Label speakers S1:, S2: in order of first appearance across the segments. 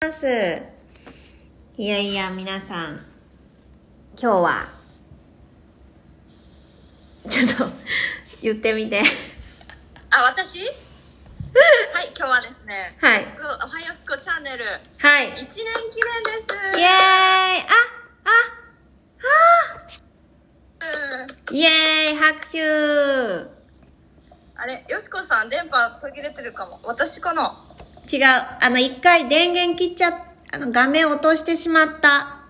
S1: ますいやいや皆さん今日はちょっと言ってみて
S2: あ、私はい、今日はですね、
S1: はい
S2: よしこおはよしこチャンネル
S1: はいイエ
S2: 1
S1: ーイ
S2: 年記念です。
S1: ああ
S2: うん
S1: イエーイ拍手
S2: あれ、よしこさん、電波途切れてるかも。私かな
S1: 違う。あの、一回電源切っちゃっ、あの、画面落としてしまった。
S2: あ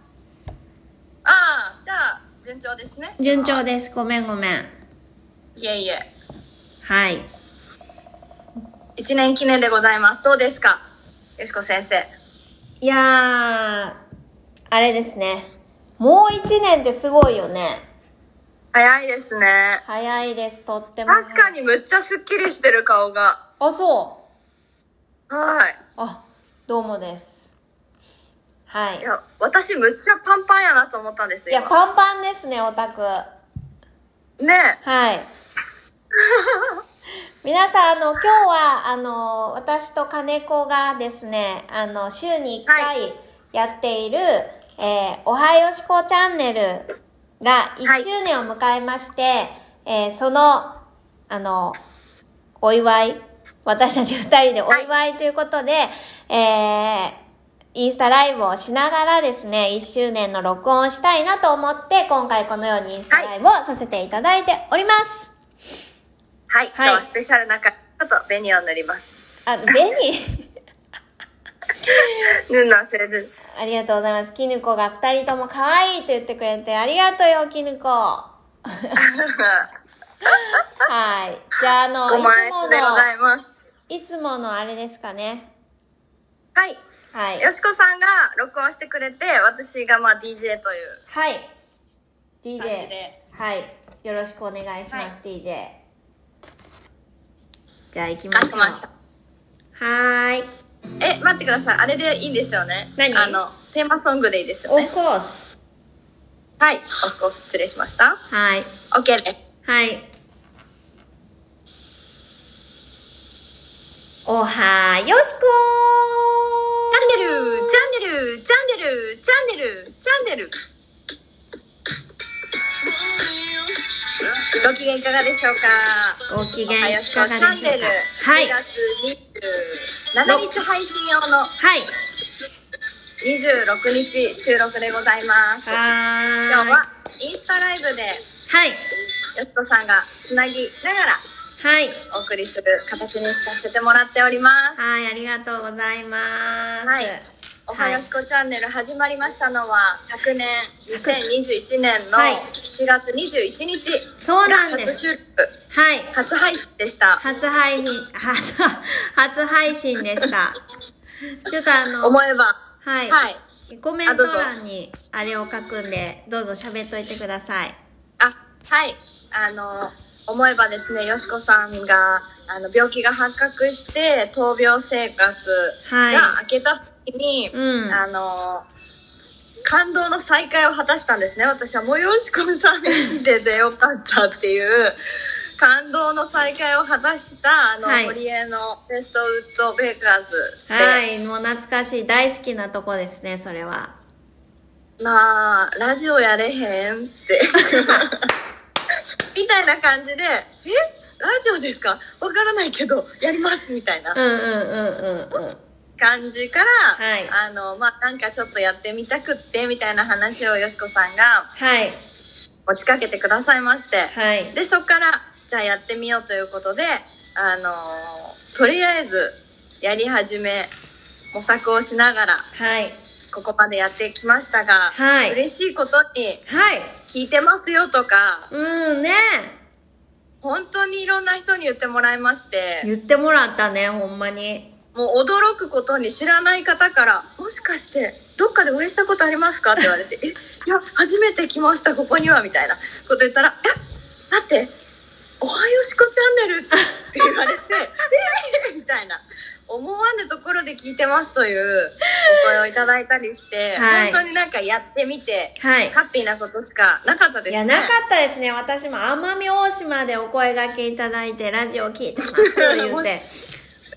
S2: あ、じゃあ、順調ですね。
S1: 順調です。ごめんごめん。
S2: いえいえ。
S1: はい。
S2: 1年記念でございます。どうですかよしこ先生。
S1: いやー、あれですね。もう一年ってすごいよね。
S2: 早いですね。
S1: 早いです。とっても。
S2: 確かにむっちゃすっきりしてる顔が。
S1: あ、そ
S2: は。
S1: う。あ、どうもです。はいい
S2: い。や、私むっちゃパンパンやなと思ったんです
S1: いや、
S2: よ。
S1: パンパンですね、オタク。
S2: ねえ。
S1: はい。皆さん、あの、今日は、あの、私と金子がですね、あの、週に1回やっている、えーおはよしこチャンネルが
S2: は
S1: 1
S2: い
S1: 周年を迎えまして、えーその、あの、お祝い、私たち2人でお祝いということで、えーインスタライブをしながらですね、1周年の録音をしたいなと思って、今回このようにインスタライブをさせていただいております。
S2: はい、今日はスペシャルなか、ちょっと紅を塗ります。
S1: あ、ベニー
S2: ぬんなんせず。
S1: ありがとうございます。キヌコが2人とも可愛いと言ってくれてありがとうよ、キヌコ。はい。じゃあ、あの、
S2: ご
S1: い
S2: 満悦でございます。
S1: つもの、いつものあれですかね。
S2: はい。
S1: はい。
S2: よしこさんが録音してくれて、私がまあ DJ という。
S1: はい。
S2: 感じ
S1: DJ
S2: で。
S1: はい。よろしくお願いします、
S2: はい
S1: DJ。じゃあ、行きま
S2: か
S1: し
S2: し
S1: ょ
S2: こ
S1: う。
S2: まりました。
S1: はーい。
S2: え、待ってください。あれでいいんですよね。
S1: 何
S2: あの、テーマソングでいいですよ
S1: オ
S2: ね。
S1: フコース。
S2: はい。おお失礼しました。
S1: はい。
S2: OK です。
S1: はい。おはよしこ
S2: チャンネルチャンネルチャンネルチャンネルチャンネルご機嫌いかがでしょうか
S1: ーご機
S2: おは
S1: 嫌
S2: よ
S1: い
S2: しこ
S1: か
S2: チ
S1: が
S2: ャ
S1: で
S2: ン
S1: しょうか
S2: ネル
S1: はい。
S2: 1月27日配信用の
S1: はい。
S2: 26日収録でございます今日
S1: はーい。
S2: はインスタライブで
S1: はい。
S2: よっこさんがつなぎながら
S1: はい。
S2: お送りする形にさせてもらっております
S1: はい。ありがとうございます。
S2: はいおはよしこチャンネル始まりましたのは昨年2021年の
S1: はい
S2: 7月21日
S1: そう
S2: が
S1: なんで
S2: 初
S1: す。
S2: 収録
S1: はい。
S2: 初配信でした
S1: 初配信、初、初配信で した。ちょっとあの、
S2: 思えば
S1: はい。
S2: はい
S1: コメント
S2: あどうぞ
S1: 欄にあれを書くんで、どうぞ喋っといてください。
S2: あはいあの思えばですねよしこさんがあの病気が発覚して闘病生活
S1: はい
S2: が明けた時に、
S1: うん
S2: あの感動の再会を果たしたんですね私はもうよしこさんに来ててよかったっていう感動の再会を果たしたあの、
S1: はい
S2: 堀江のベストウッドベーカーズで、
S1: はい、もう懐かしい、大好きなとこですね、それは。
S2: まあラジオやれへんってみたいな感じで「えラジオですかわからないけどやります」みたいな
S1: うんうんうんうんうん。
S2: 感じから、
S1: はい
S2: あのまあなんかちょっとやってみたくってみたいな話をよしこさんが
S1: はい、
S2: 持ちかけてくださいまして、
S1: はい、
S2: でそこからじゃあやってみようということであのとりあえずやり始め模索をしながら
S1: はい、
S2: ここまでやってきましたが、
S1: はい
S2: 嬉しいことに
S1: はい。
S2: 聞いてますよとか
S1: うんね。
S2: 本当にいろんな人に言ってもらいまして
S1: 言ってもらったね、ほんまに。
S2: もう驚くことに知らない方から「もしかしてどっかでお会いしたことありますか?」って言われて「えいや初めて来ましたここには」みたいなこと言ったら「え待っておはよしこチャンネル」って言われて「えーみたいな。思わぬところで聞いてますというお声をいただいたりして、
S1: はい
S2: 本当になんかやってみて
S1: はい。
S2: ハッピーなことしかなかったで
S1: い
S2: すね。
S1: や、なかったですね。私も奄美大島でお 声掛けいただいて、ラジオ聞いてます、言うて。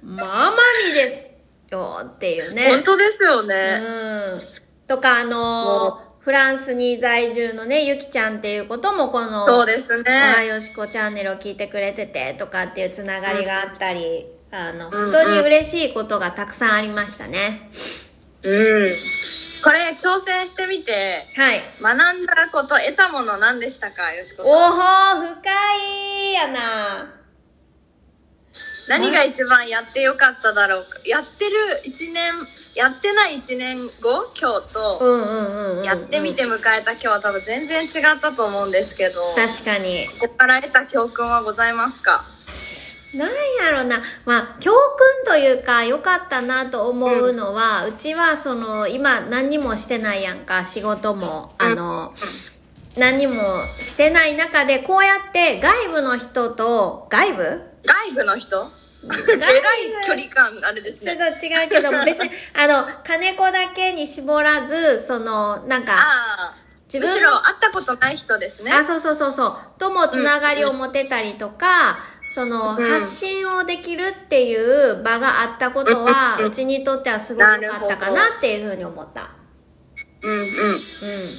S1: まあ、奄美ですよっていうね。
S2: 本当ですよね。
S1: うん。とか、あの
S2: も
S1: フランスに在住のね、ゆきちゃんっていうことも、この、
S2: そうですね。
S1: ああよしこチャンネルを聞いてくれててとかっていうつながりがあったり、あの、
S2: うんう
S1: 本
S2: ん
S1: 当に嬉しいことがたくさんありましたね。
S2: うん。これ挑戦してみて、
S1: はい。
S2: 学んだこと、得たもの何でしたか、よしこ
S1: お
S2: さん。
S1: ほー、深いやな。
S2: 何が一番やってよかっただろうかやってる1年やってない1年後今日
S1: う
S2: と、
S1: んうんうん、うん。
S2: やってみて迎えた今日は多分全然違ったと思うんですけど
S1: 確かに。
S2: ここから得た教訓はございますか
S1: なんやろな、まあ、教訓というか良かったなと思うのは、うちはその今何にもしてないやんか仕事もあの、何にもしてない中でこうやって外部の人と外 部
S2: 外部の人
S1: 外
S2: えらい距離感あれです
S1: ちょっ
S2: ね
S1: と違うけど別にあの金子だけに絞らずそのなんか
S2: ああ
S1: 自
S2: む
S1: 分
S2: しろ会ったことない人ですね
S1: あそうそうそうそうともつながりを持てたりとか、その
S2: うん
S1: 発信をできるっていう場があったことは、
S2: う
S1: うんちにとってはすごく良かったか
S2: なる
S1: なっていうふうに思った
S2: うんうん
S1: う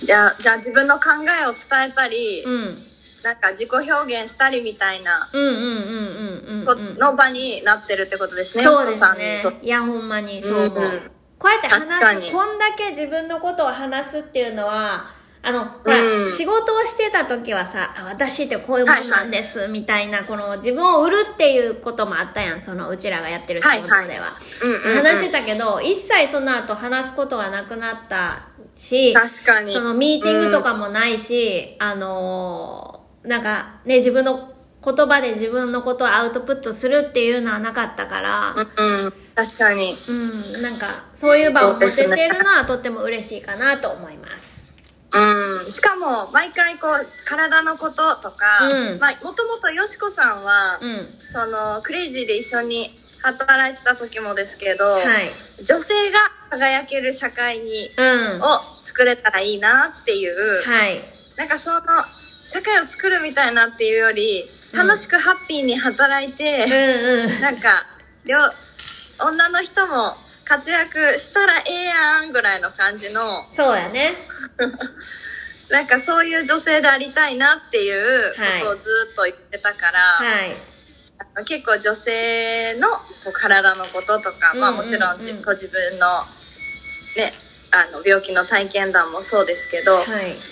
S2: じゃあじゃあ自分の考えを伝えたり、
S1: ん、うん、
S2: なんか自己表現したりみたいな
S1: うんうんうんうんうん
S2: こ
S1: うん
S2: の場になってるってことですね、
S1: そう
S2: よ
S1: で
S2: しこさ
S1: す
S2: んに
S1: ね
S2: と
S1: いやほんまにそう思う、
S2: うん
S1: こうやって
S2: 確
S1: 話
S2: かに
S1: すこんだけ自分のことを話すっていうのはあのほら、
S2: うん
S1: 仕事をしてた時はさあ私ってこういうもんなんですみたいな、この自分を売るっていうこともあったやんそのうちらがやってる仕事では、
S2: はいはうんうんうん
S1: 話してたけど一切その後話すことがなくなったし
S2: 確かに
S1: そのミーティングとかもないし、あのーなんかね自分の言葉で自分のことをアウトプットするっていうのはなかったから、
S2: うん、確かに。
S1: うん、なんかそういう場を持てて
S2: そうです
S1: るのはとっても嬉しいかなと思います。
S2: うん、しかも毎回こう体のこととか、
S1: うん
S2: まあもともとよしこさんは、
S1: うん、
S2: そのクレイジーで一緒に働いてた時もですけど、
S1: はい、
S2: 女性が輝ける社会に
S1: うん、は
S2: を作れたらいいなっていう、
S1: い、
S2: なんかその社会を作るみたいなっていうより
S1: うん
S2: 楽しくハッピーに働いて。
S1: うんうん、
S2: なんか両女の人も活躍したらええやんぐらいの感じの
S1: そうやね、
S2: なんかそういう女性でありたいなっていうことをずっと言ってたから、
S1: はい、
S2: あの結構女性のこう体のこととか、まあ
S1: うんうん
S2: もちろん
S1: う
S2: じ
S1: ん
S2: ご自分のねあの病気の体験談もそうですけど、
S1: はい、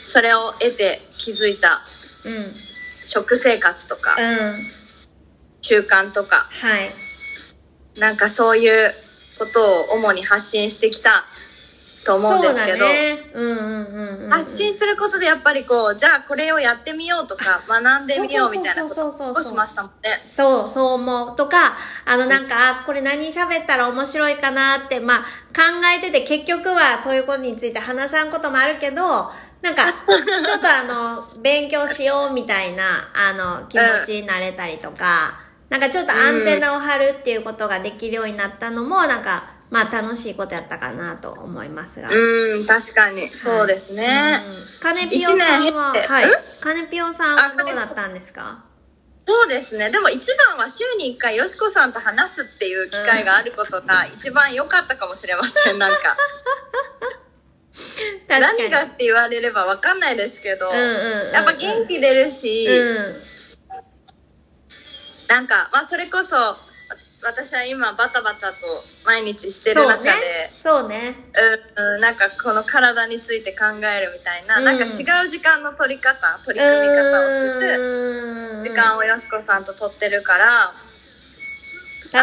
S2: それを得て気づいた
S1: うん、うん、
S2: 食生活とか習慣とか
S1: はい。
S2: なんかそういうことを主に発信してきたと思うんですけど、
S1: そうだね、うんうんうん、うん、
S2: 発信することでやっぱりこうじゃあこれをやってみようとか 学んでみようみたいなこと
S1: そうそうそうそうそうそう
S2: をしましたもんね。
S1: そう、そう思う。とか、あのなんか、あこれ何喋ったら面白いかなって、まあ、考えてて結局はそういうことについて話さんこともあるけど、なん か、ちょっとあの、勉強しようみたいな、あの、気持ちになれたりとか、なんかちょっとアンテナを張るっていうことができるようになったのも、なんか、まあ楽しいことやったかなと思いますが。
S2: うん確かにそうですね。
S1: うん。金ピオさんは
S2: 一年経っ、て
S1: はい
S2: ん。
S1: 金ピオさんはどうだったんですか
S2: そうですねでも一番は週に1回よしこさんと話すっていう機会があることが一番良かったかもしれませんなんか
S1: 確かに。
S2: 何がって言われれば分かんないですけど、
S1: うんうんうん。
S2: やっぱ元気出るし、
S1: うん。
S2: なんか、まあ、それこそわ私は今バタバタと毎日してる中で。
S1: そうね
S2: うんうん、なんかこの体について考えるみたいな、
S1: うん
S2: なんか違う時間の取り方取り
S1: そうね
S2: 組み方をす
S1: る
S2: る時間をよしこさんと取ってるから、あ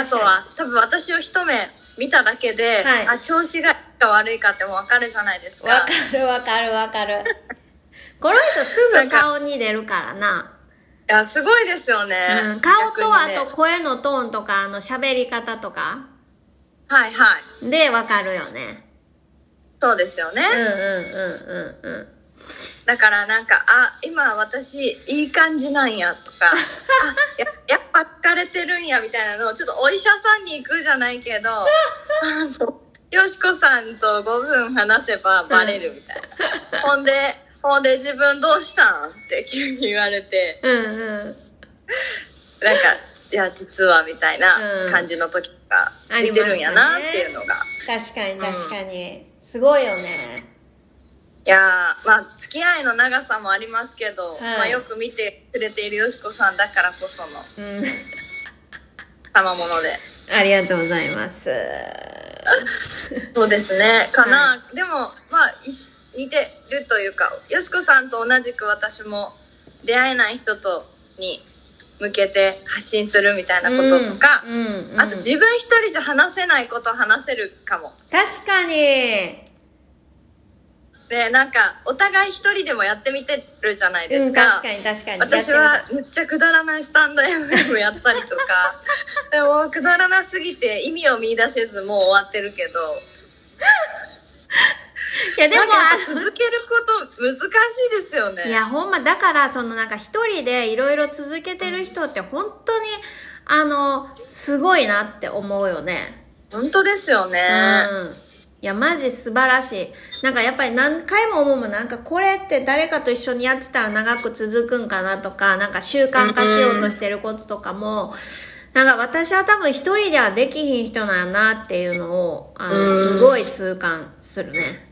S2: とは多分私を一目見ただけで、
S1: はい
S2: あ調子がいいか悪いかってもう分かるじゃないですか
S1: わかるわかるわか るこの人すぐ顔に出るからな、
S2: いやすごいですよね、
S1: うん、顔とあ
S2: 逆にね
S1: と声のトーンとかあの喋り方とか
S2: はいはい
S1: でわかるよね
S2: そうですよね、
S1: うんうんうんうんうん
S2: だからなんかあ今私いい感じなんやとか あややっぱ疲れてるんやみたいなのをちょっとお医者さんに行くじゃないけどあのよしこさんと5分話せばバレるみたい な、ほんでほんで自分どうしたんって急に言われて
S1: うんうん
S2: なんか「いや実は」みたいな
S1: うん
S2: 感じの時が出てるんやなっていうのが。
S1: 確かに確かに、すごいよね
S2: いやーまあ付き合いの長さもありますけど、
S1: い
S2: まあ、よく見てくれているよしこさんだからこその
S1: うん
S2: 賜物で
S1: ありがとうございます
S2: そうですねかな、でもまあいし似てるというかよしこさんと同じく私も出会えない人とに向けて発信するみたいなこととか、
S1: うんうんうん
S2: あと自分一人じゃ話せないことを話せるかも
S1: 確かに
S2: でなんかお互い一人でもやってみてるじゃないです
S1: うん、確かに確かに
S2: 私はむっちゃくだらないスタンド FM やったりとかでもくだらなすぎて意味を見出せずもう終わってるけど
S1: いやでも
S2: なんかやっぱ続けること難しいですよね
S1: いやほんまだからそのなんか一人でいろいろ続けてる人って本当にあのすごいなって思うよね
S2: 本当ですよね、
S1: うんいやマジ素晴らしいなんかやっぱり何回も思うもんなんかこれって誰かと一緒にやってたら長く続くんかなとかなんか習慣化しようとしてることとかも、なんか私は多分一人ではできひん人なんやなっていうのをあの
S2: うん
S1: すごい痛感するね、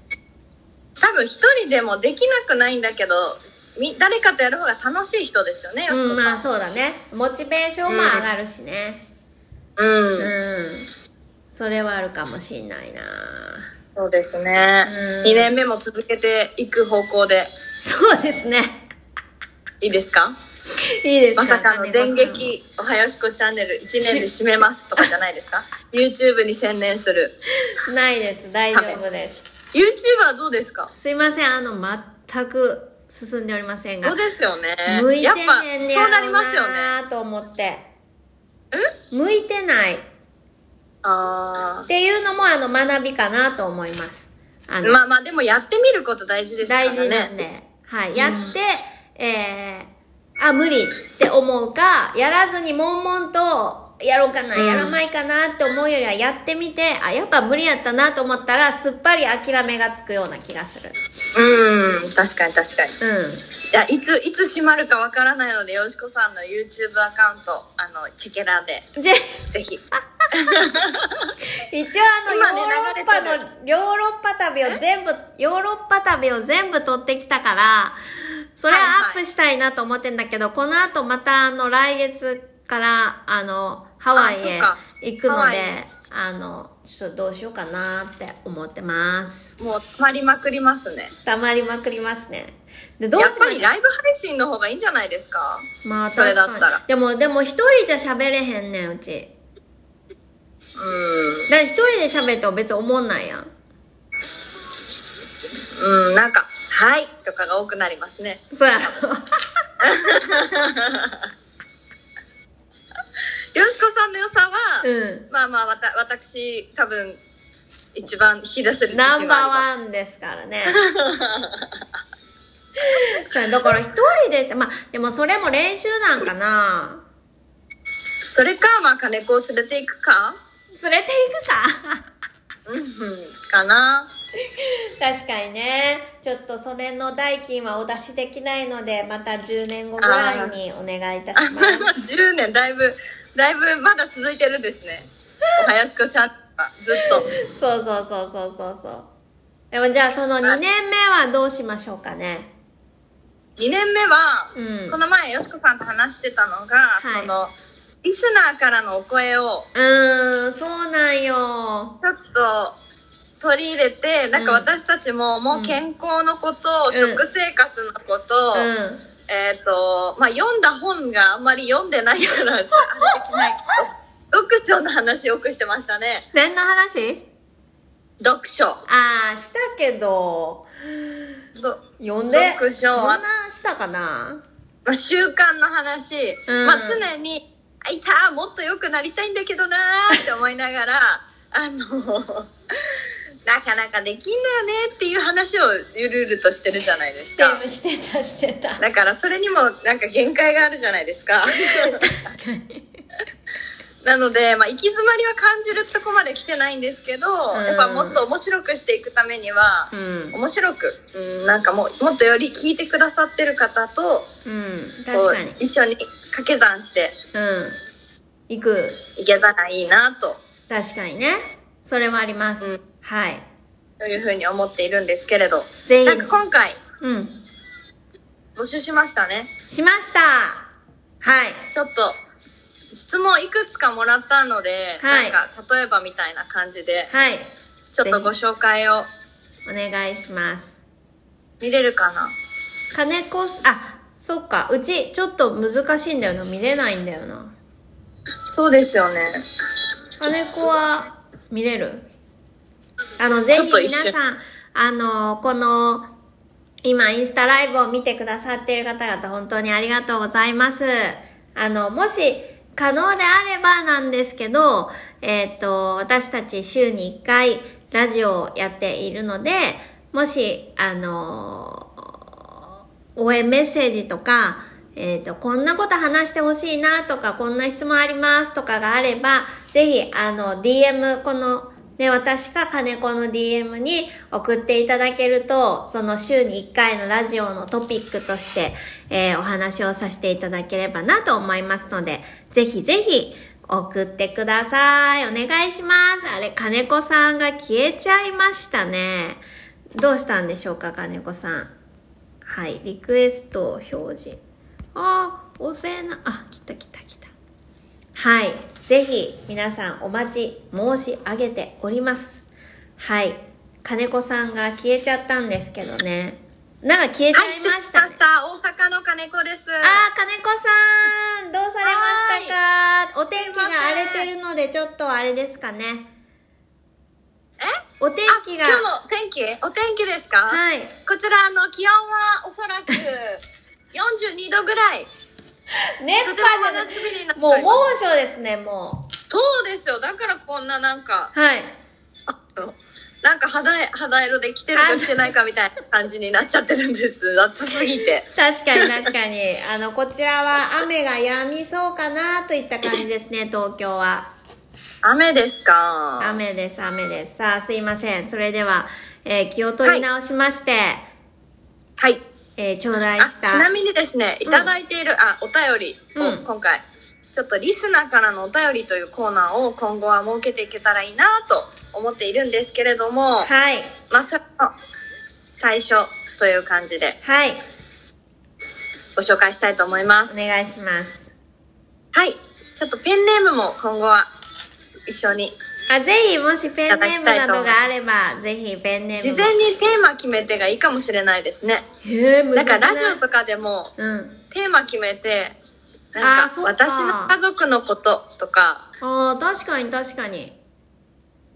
S2: 多分一人でもできなくないんだけどみ誰かとやる方が楽しい人ですよねよし
S1: う
S2: こ
S1: ん、まあ
S2: さん
S1: そうだねモチベーションも上がるしね
S2: うん、
S1: うん、それはあるかもしんないな
S2: そうですね、
S1: うん
S2: 2年目も続けていく方向で
S1: そうですね
S2: いいですか
S1: いいです
S2: まさかの電
S1: 金子さんも
S2: 撃おはよしこチャンネル1年で締めますとかじゃないで すか YouTube に専念する
S1: ないです大丈夫です
S2: YouTube はどうですか
S1: すいませんあの全く進んでおりませんが
S2: そうですよね
S1: 向いて
S2: やっぱ
S1: へんねや
S2: そうなりますよね
S1: ろなと思って向いてないっ
S2: あ
S1: ていうのもあの学びかなと思いますあ
S2: ーまあまあでもやってみること大事ですから
S1: 大
S2: ね
S1: 事なんで、はい、やって、えー、あ、無理って思うか、やらずに悶々と、やろうかな、
S2: うん
S1: やらないかなって思うよりは、やってみて、あ、やっぱ無理やったなと思ったら、すっぱり諦めがつくような気がする。
S2: うん確かに確かに
S1: う
S2: いやいついつ閉まるかわからないのでよしこさんの YouTube アカウントあのチェケラで
S1: ん。じゃ、
S2: ぜひ
S1: 一応あの、
S2: 今ね
S1: ヨーロ
S2: 流
S1: ッ
S2: れて
S1: パの、ヨーロッパ旅を全部、ヨーロッパ旅を全部撮ってきたから、それは
S2: はい
S1: アッ
S2: はい
S1: プしたいなと思ってんだけど、この後またあの、来月から、あの、ハワイ
S2: あそ
S1: へ
S2: うか
S1: 行くの
S2: ハワイ
S1: で、あの、ちょっとどうしようかなって思ってます。
S2: もう溜まりまくりますね
S1: たまりまくりますね。で、どう
S2: や
S1: し
S2: っ
S1: ま
S2: ぱりライブ配信の方がいいんじゃないですか
S1: まあ、
S2: それだったら
S1: 確かにでも、でも一人じゃ喋れへんねん、うち。
S2: うん
S1: だって一人で喋っても別に思んないやん。
S2: うん、なんか、はいとかが多くなりますね。
S1: そう やろ。
S2: よしこさんの良さは、
S1: うん。
S2: まあまあ、わた、私、多分、一番引き出せる自
S1: ナン
S2: 信
S1: バー
S2: はあ
S1: ワンですから ね。そうだから一人でって、まあ、でもそれも練習なんかな。
S2: ります。それか、まあ、金子を連れていくか、
S1: 連れて行くか。
S2: うん、かな。
S1: 確かにね。ちょっとそれの代金はお出しできないので、また10年後ぐらいにお願いいたします。
S2: 10年、だいぶ、だいぶ、まだ続いてるんですね。おはやしこちゃんは、ずっと。
S1: そうそうそうそうそうそう。でもじゃあその2年目はどうしましょうかね。
S2: 2年目は、
S1: うん
S2: この前、よしこさんと話してたのが、
S1: い
S2: その、リスナーからのお声を、
S1: うーん、そうなんよ。
S2: ちょっと取り入れてなんか私たちももう健康のこと、食生活のこと、
S1: うん。
S2: えっ、とまあ読んだ本があんまり読んでないからあれできないけど 読書の話よくしてましたね
S1: 何の話
S2: 読書
S1: ああ、したけど、
S2: ど
S1: 呼んで。
S2: 読書
S1: そん
S2: は
S1: なしたかな
S2: まあ、習慣の話、
S1: うん
S2: まあ、常に「あいたもっと良くなりたいんだけどな」って思いながら あのなかなかできんだよねっていう話をゆるゆるとしてるじゃないですか。
S1: してたしてた
S2: だからそれにもなんか限界があるじゃない ですか。なので、まあ、行き詰まりは感じるとこまで来てないんですけど、
S1: ん
S2: やっぱもっと面白くしていくためには
S1: う、ん
S2: 面白く、うん、なんかもうもっとより聞いてくださってる方と
S1: うん
S2: こ
S1: 確かに
S2: う一緒に掛け算して
S1: うん行く
S2: いけたらいいなと
S1: 確かにね。それもあります。
S2: うん
S1: はい。
S2: というふうに思っているんですけれど、
S1: 全員
S2: なんか今回
S1: うん。
S2: 募集しましたね。
S1: しましたはい。
S2: ちょっと質問いくつかもらったので、
S1: はい
S2: なんか例えばみたいな感じで、
S1: はい。
S2: ちょっとご紹介を
S1: お願いします。
S2: 見れるかな。
S1: 金子す、あ、そっか。うち、ちょっと難しいんだよな。見れないんだよな。
S2: そうですよね。
S1: 金子は見れるあの、ぜ
S2: ちょ
S1: ひ
S2: っと
S1: 皆
S2: 一瞬
S1: さん、あの、この、今インスタライブを見てくださっている方々、本当にありがとうございます。あの、もし、可能であればなんですけど、えっ、と、私たち週に1回、ラジオをやっているので、もし、あの応援メッセージとか、えっ、と、こんなこと話してほしいなとか、こんな質問ありますとかがあれば、ぜひ、あの、DM、この、ね、私か金子の DM に送っていただけると、その週に1回のラジオのトピックとして、えーお話をさせていただければなと思いますので、ぜひぜひ、送ってください。お願いします。あれ、金子さんが消えちゃいましたね。どうしたんでしょうか、金子さん。はい、リクエストを表示。ああ、おせえな、あ、来た来た来た。はい、ぜひ皆さんお待ち申し上げております。はい、金子さんが消えちゃったんですけどね。なんか消えちゃい
S2: はい、
S1: ま
S2: 失礼
S1: し
S2: した
S1: ね、
S2: ました。大阪の金子です。
S1: あー、金子さん、どうされましたかお天気が荒れてるので、ちょっとあれですかね。
S2: え
S1: お天
S2: あ、
S1: 気
S2: 今
S1: が
S2: 日、の天気お天気ですか、
S1: はい、
S2: こちらあの気温はおそ らく42度ぐらい。
S1: 熱
S2: と
S1: 波
S2: て
S1: じ
S2: も
S1: ゃな
S2: 真夏日になって
S1: もう
S2: おり
S1: 猛
S2: ます
S1: 暑ですね、も
S2: そうですよ。だからこんななんか、
S1: う。はい。
S2: なんか肌え肌色で着てるか着てないかみたいな感じになっちゃってる んです。暑すぎて。
S1: 確かに 確かにあのこちらは雨が止みそうかなといった感じですね東京は
S2: 雨ですか
S1: 雨です雨ですさあすいませんそれでは、えー気を取り直しまして、
S2: はい。
S1: えー頂戴
S2: あ
S1: し、
S2: ちな
S1: た
S2: みにですね、いただいている、あ、お便りを、
S1: うん
S2: 今回、ちょっとリスナーからのお便りというコーナーを今後は設けていけたらいいなと思っているんですけれども、
S1: はい
S2: まあ、それの最初という感じで
S1: はい
S2: ご紹介したいと思いま
S1: お
S2: す。
S1: 願いします
S2: はい。ちょっとペンネームも今後は一緒に、
S1: あぜひもしペンネームなどがあればぜひペンネーム
S2: 事前にテーマ決めてがいいかもしれないですね。
S1: にへえ難しい
S2: なんかラジオとかでも
S1: うん
S2: テーマ決めて、
S1: あ
S2: な
S1: ー
S2: んか
S1: そっか
S2: 私の家族のこととか、
S1: あー確かに確かに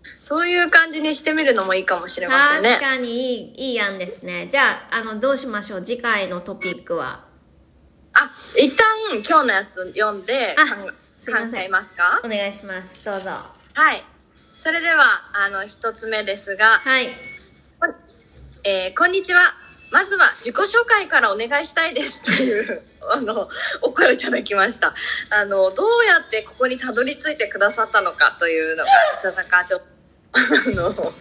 S2: そういう感じにしてみるのもいいかもしれませんね
S1: 確。かにいいいい案ですねじゃああのどうしましょう次回のトピックは
S2: あ、一旦今日のやつ読んで
S1: あ
S2: 考
S1: すいません
S2: 考えますか
S1: お願いしますどうぞ
S2: はい。それでは、あの、一つ目ですが、
S1: はい。
S2: えーこんにちは。まずは自己紹介からお願いしたいですというあのお声をいただきましたあのどうやってここにたどり着いてくださったのかというのがささかちょっとあの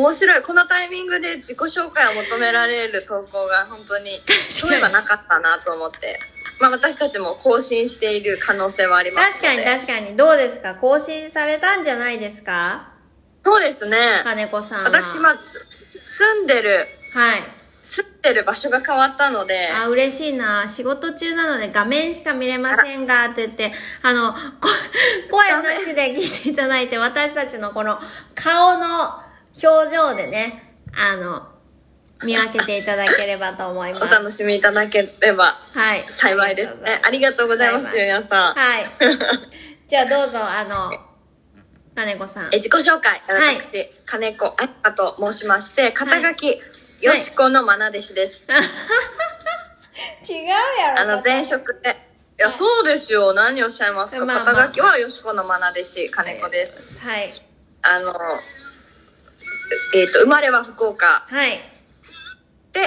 S2: 面白いこのタイミングで自己紹介を求められる投稿が本当にそういえばなかったなと思って、まあ、私たちも更新している可能性はあります
S1: 確
S2: の
S1: か
S2: で
S1: に確かに。どうですか更新されたんじゃないですか
S2: そうですね
S1: 金子さんは。
S2: 私まず住んでる
S1: はい。
S2: 住んでる場所が変わったので
S1: あ、嬉しいな。仕事中なので画面しか見れませんが、と言って、あ の、こ声なしで聞いていただいて、私たちのこの顔の表情でね、あの、見分けていただければと思いま
S2: お
S1: す。
S2: 楽しみいただければ
S1: はい。
S2: 幸いですね。ありがとうございます、ジュニアさん。
S1: はい。 じゃあどうぞ、あの、金子さん
S2: え。自己紹介、
S1: はい
S2: 私、金子あかと申しまして、肩書き、よしこのまな弟子です。
S1: 違うやろ
S2: あの、前職で。いや、そうですよ。何をおっしゃいますか。
S1: まあまあ
S2: 肩書きはよしこのまな弟子、金子です。
S1: はい
S2: あの、えっ、と、生まれは福岡
S1: はい
S2: で、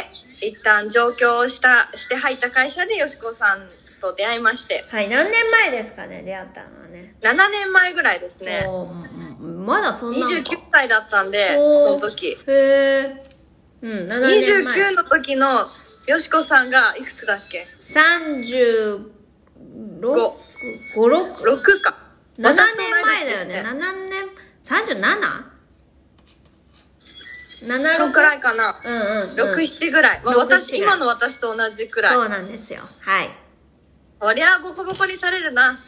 S2: 一旦上京した、して入った会社でよしこさんと出会いまして、
S1: はい何年前ですかね出会ったのはね
S2: 7年前ぐらいですね。
S1: おーうんまだそんなの
S2: 29歳だったんで、
S1: おー
S2: その時。
S1: へえうん7年前
S2: 29の時のよしこさんがいくつだっけ
S1: 3 6 5 6
S2: ?6 か。
S1: 7年前
S2: 私の同い
S1: だ
S2: 年で
S1: よ
S2: す
S1: ね。
S2: ね
S1: 7年、37?7、7
S2: そんくらいかな。
S1: うんうん、うん。
S2: 六七ぐらい。まあ
S1: 六
S2: 私
S1: 七ぐらい
S2: 今の私と同じくらい。
S1: そうなんですよ。はい。
S2: そりゃボコボコにされるな。あ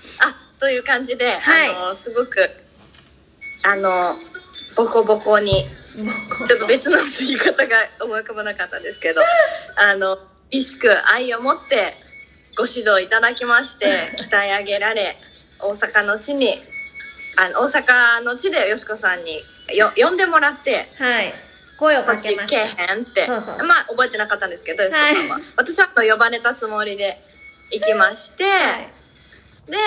S2: という感じで、
S1: はい
S2: あのすごくあのボコボコに
S1: もう
S2: ちょっと別の言い方が思い浮かばなかったんです けど、あの厳しく愛を持ってご指導いただきまして鍛え上げられ大阪の地にあの大阪の地でよしこさんによ呼んでもらって。
S1: はい。声を
S2: こ
S1: か
S2: っ
S1: け
S2: ち
S1: ま
S2: け
S1: した。
S2: えへんって
S1: そうそう
S2: まあ覚えてなかったんですけどよしこさんは、
S1: はい
S2: 私はあの呼ばれたつもりで行きまして、
S1: はい
S2: で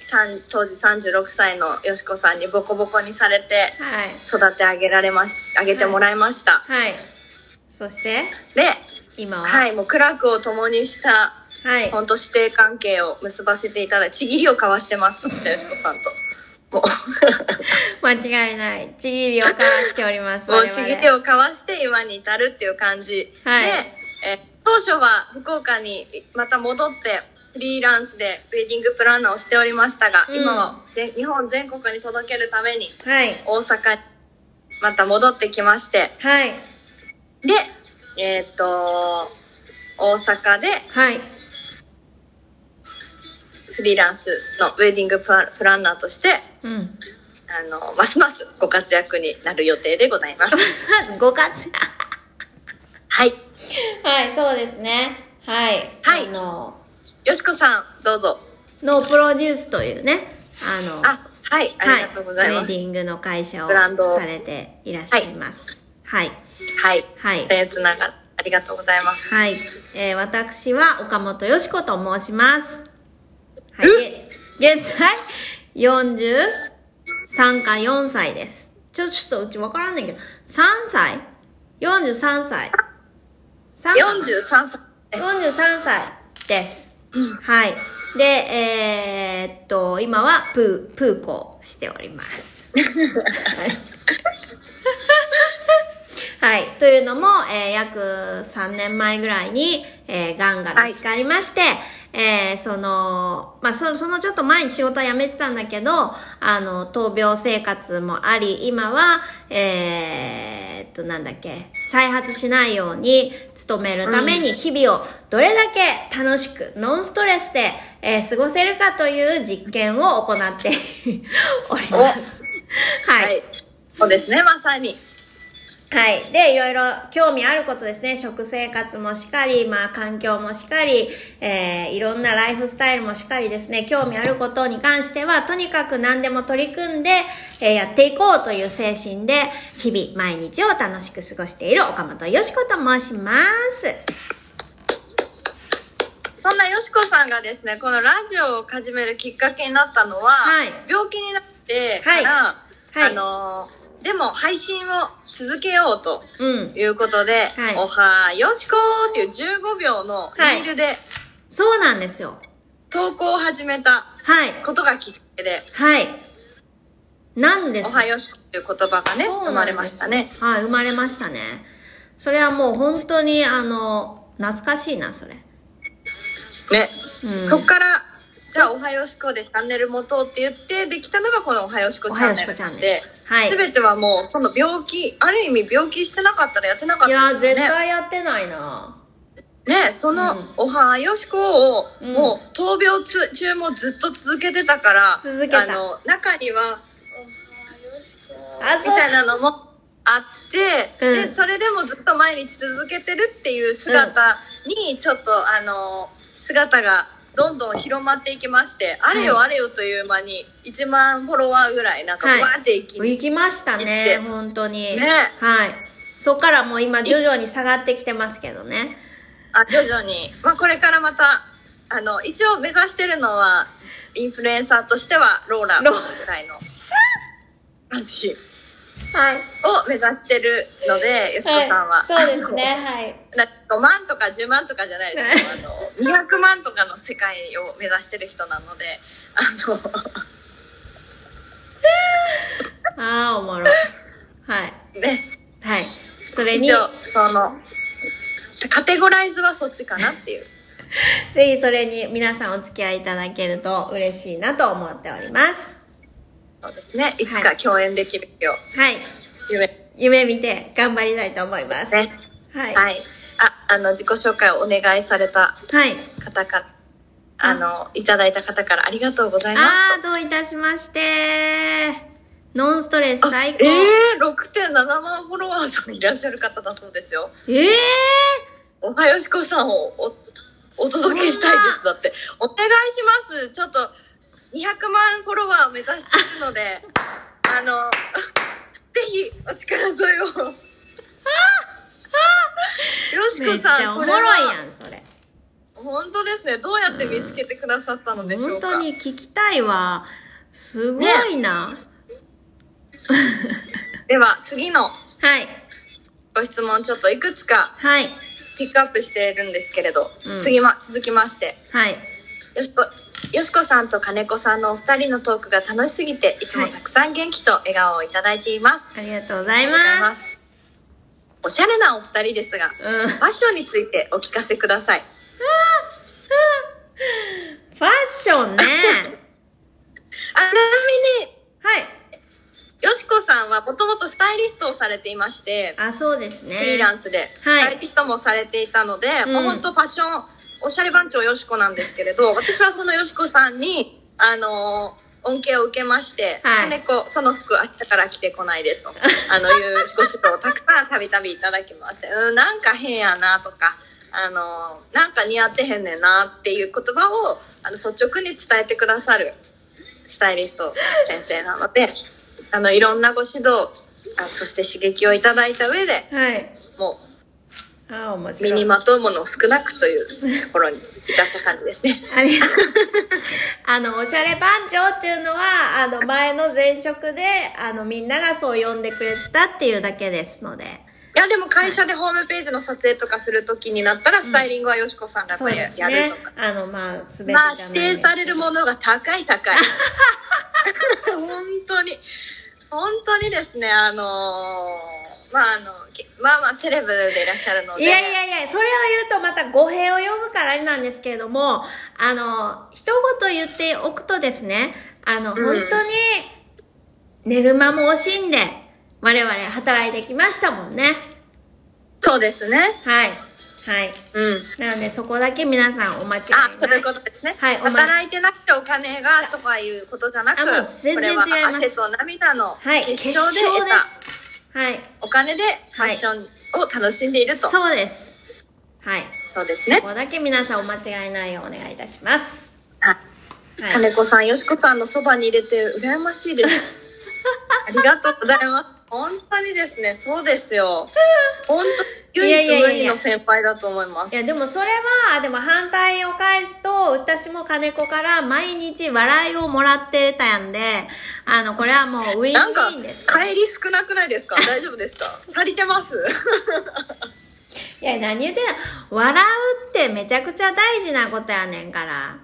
S2: さん当時36歳のよしこさんにボコボコにされて
S1: はい。
S2: 育て上げられます上げてもらいました、
S1: はい。そして、
S2: で、
S1: 今は。
S2: はい、もう苦楽を共にした
S1: はい。
S2: 本当師弟関係を結ばせていただいてちぎりを交わしてます私はよしこさんとも
S1: 間違いない。ちぎりを交わしております。
S2: うも
S1: 我
S2: う
S1: 々
S2: ちぎりを交わして今に至るっていう感じ、
S1: はい
S2: でえ当初は福岡にまた戻ってフリーランスでウェディングプランナーをしておりましたが、
S1: うん
S2: 今は全日本全国に届けるために
S1: はい。
S2: 大阪にまた戻ってきまして
S1: はい。
S2: でえーっ、と大阪で
S1: はい。
S2: フリーランスのウェディングプラプランナーとして
S1: うん。
S2: あのますますご活躍になる予定でございます
S1: ご活躍。
S2: はい
S1: はい、そうですね。はい。
S2: はい
S1: あの、
S2: よしこさんどうぞ
S1: ノープロデュースというね、あの、
S2: あはいあ
S1: は
S2: りがとうございま
S1: ト
S2: す
S1: レーディングの会社を
S2: ブランドを
S1: されていらっしゃいます。はい。
S2: はい
S1: はい。
S2: 僭越ながらありがとうございます
S1: はい。えー私は岡本よし子と申します。はい。げ現在、43か4歳です。ちょ、ちょっとうちわからんねんけど、3歳 ?43 歳。三歳
S2: 43歳
S1: 43歳です。はい。で、えーっと、今はプー、プーコーしております。はい。はい。というのも、えー約3年前ぐらいに、えー、癌が見つかりまして、えーその、まあ、そそのちょっと前に仕事は辞めてたんだけど、あの、闘病生活もあり、今は、えーっと、なんだっけ、再発しないように努めるために日々をどれだけ楽しく、ノンストレスで、えー過ごせるかという実験を行って おります。はい。
S2: はいそうですねまさに
S1: はい。で、いろいろ興味あることですね。食生活もしっかり、まあ、環境もしっかり、えー、いろんなライフスタイルもしっかりですね、興味あることに関しては、とにかく何でも取り組んで、えーやっていこうという精神で、日々、毎日を楽しく過ごしている岡本よし子と申します。
S2: そんなよしこさんがですねこのラジオを始めるきっかけになったのは、
S1: はい
S2: 病気になってから、
S1: はい
S2: あのーでも配信を続けようと
S1: うん。
S2: いうことで「
S1: はい
S2: おはよしこ」っていう15秒のリールで
S1: そうなんですよ。
S2: 投稿を始めた
S1: はい。
S2: ことがきっかけで
S1: はい。なんで
S2: 「お
S1: す
S2: はよしこ」という言葉がね
S1: そう
S2: 生
S1: な
S2: ま
S1: んで
S2: れ
S1: す
S2: ましたね。
S1: はい、生まれましたね。それはもう本当に、あの、懐かしいな、それ。
S2: ね、
S1: うん
S2: そっからじゃあ「おはよしこ」でチャンネル持とうって言ってできたのがこの「おはよしこチャンネル」なんで。
S1: はい。
S2: 全てはもうこの病気ある意味病気してなかったらやってなかっ
S1: い
S2: た
S1: や、
S2: ですよね。
S1: 絶対やってないな。
S2: ねその
S1: うん
S2: 「おはよしこ」を
S1: うん
S2: もう闘病つ中もずっと続けてたから
S1: 続けた
S2: あの中には
S1: あ、
S2: み
S1: そう。
S2: たいなのもあって、
S1: うん
S2: でそれでもずっと毎日続けてるっていう姿にちょっと、あの姿がどんどん広まっていきまして、あれよあれよという間に1万フォロワーぐらいなんか
S1: はい
S2: わーっていき、
S1: 行きましたね、
S2: 行って
S1: 本当に。
S2: ね
S1: はい。そっからもう今徐々に下がってきてますけどね。
S2: あ徐々に、まあ、これからまたあの一応目指してるのはインフルエンサーとしてはローラー
S1: ロ
S2: ぐらいの感じを
S1: はい。
S2: 目指してるのでよしこさんは、
S1: そうですね、はい。
S2: なんか5万とか10万とかじゃないですよあの200万とかの世界を目指してる人なのであの
S1: ああ、おもろ。はい。
S2: ね
S1: はい。それに
S2: 一、応そのカテゴライズはそっちかなっていう
S1: ぜひそれに皆さんお付き合いいただけると嬉しいなと思っております。
S2: そうですね。いつか共演できるよう、
S1: はい。
S2: 夢
S1: 夢見て頑張りたいと思います。
S2: ね。
S1: はい。
S2: はい。あ、あの、自己紹介をお願いされ
S1: は
S2: た
S1: い。
S2: 方から、あの、いただいた方からありがとうございます
S1: あ
S2: と。
S1: ー、どういたしまして。ノンストレス最高。
S2: ええー、6.7万フォロワーさんいらっしゃる方だそうですよ。
S1: ええ
S2: おはよしこさんをおお届けしたいです。だって。お願いします。ちょっと、200万フォロワーを目指しているので、 あの、 ぜひ、お力添えを。よし
S1: め
S2: こ
S1: っちゃ
S2: さん、
S1: お
S2: こ
S1: も
S2: れは
S1: ろいやん、それ。
S2: 本当ですね。どうやって見つけてくださったのでしょ
S1: 本
S2: うか。
S1: 当に聞きたいわ。すごいな。
S2: では、次の
S1: はい。
S2: ご質問、ちょっといくつか
S1: はい。
S2: ピックアップしているんですけれど、
S1: うん
S2: 次ま、続きまして、
S1: はい。
S2: よしこ、よしこさんと金子さんのお二人のトークが楽しすぎて、いつもたくさん元気と笑顔をいただいています。
S1: ありがとうござい
S2: ありがとうござい
S1: ま。
S2: ますす。おしゃれなお二人ですが、フ
S1: うん。フ
S2: ァッションについてお聞かせください。
S1: ァッショ ンね。
S2: あ、ちなみに、
S1: はい。
S2: よしこさんはもともとスタイリストをされていまして、
S1: あ、そうですね。
S2: フリーランスで、スタイリストもされていたので、
S1: うん
S2: もう本当ファッション、おしゃれ番長よしこなんです けれど、私はそのよしこさんに、あのー恩恵を受けまして、
S1: はい
S2: 金子、その服明日から着てこないでと、あの、いうご指導をたくさんたびたびいただきまして、うん、なんか変やなとか、あのーなんか似合ってへんねんなっていう言葉を、あの、率直に伝えてくださるスタイリスト先生なので、あの、いろんなご指導、あそして刺激をいただいた上で、
S1: はい。
S2: もう、
S1: あ、面白
S2: 身
S1: い。
S2: にまとうものを少なくというところに至った感じですね。
S1: ありがとう。 あの、おしゃれ番長っていうのは、あの、前の前職で、あの、みんながそう呼んでくれてたっていうだけですので。
S2: いやでも会社でホームページの撮影とかする時になったらスタイリングはよしこさんがやっ
S1: そう
S2: ぱり
S1: です
S2: や
S1: ね
S2: るとか。。
S1: あの、まあ、すべてじゃ
S2: ま
S1: な
S2: あ
S1: いです
S2: 指定されるものが高い高い。 本当に、本当にですね、あのーまああの、けまあまあセレブでいらっしゃるので。
S1: いやいやいや、それを言うとまた語弊を読むからあれなんですけれども、あの、一言言っておくとですね、あの、本
S2: ん
S1: 当に、寝る間も惜しんで、我々働いてきましたもんね。
S2: そうですね。
S1: はい。はい。
S2: うん。
S1: なので、そこだけ皆さんお待ち
S2: あ、そう。
S1: ないいう
S2: ことですね。
S1: はいお前
S2: 働いてなくてお金がとかいうことじゃなく、
S1: あ
S2: こ
S1: もう全
S2: れ
S1: 然違い
S2: は
S1: ます
S2: 汗と涙の
S1: はい。
S2: 結晶で得た
S1: す。はい。
S2: お金でファッションを楽しんでいると。
S1: そうです。はい。
S2: そうです
S1: そ
S2: ね。
S1: こだけ皆さんお間違いないようお願いいたします。
S2: はい
S1: はい。
S2: 金子さん、よしこさんのそばに入れて羨まし いです。ありがとうございます。本当にですね、そうですよ。本当
S1: いや
S2: 唯
S1: いや
S2: 一
S1: いや
S2: 無二の先輩だと思いま
S1: い
S2: す。
S1: やでもそれはでも反対を返すと私も金子から毎日笑いをもらってたんであのこれはもうウィン
S2: なんか
S1: ウィンです
S2: 帰り少なくないですか？大丈夫で すか？足りてます？
S1: いや何言ってんの笑うってめちゃくちゃ大事なことやねんから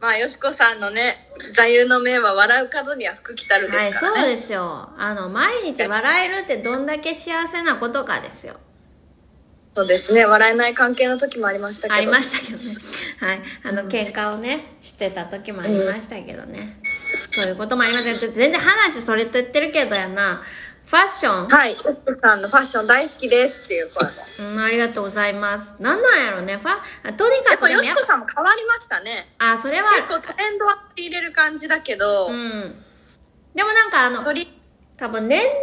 S2: まあよしこさんのね、座右の銘は笑う角には福来たるで
S1: は
S2: す
S1: い
S2: からね。
S1: そうですよあの毎日笑えるってどんだけ幸せなことかですよ
S2: そうですね、笑えない関係の時もありましたけど。
S1: ありましたけどねはいあの喧嘩をねしてた時もありましたけどね、そういうこともありましたけど全然話それと言ってるけどやなファッション
S2: はい、よしこさんのファッション大好きですっていう声も。
S1: うん、ありがとうございます。なんなんやろね。ファあとに
S2: や
S1: か
S2: っ
S1: く
S2: ぱ
S1: で
S2: よ
S1: も
S2: し
S1: やっ
S2: こさんも変わりましたね。
S1: ぱ、あ、それは、
S2: 結構トレンドは取り入れる感じだけど、
S1: うん。でもなんかあの、
S2: 取り、
S1: 多分年齢が重ね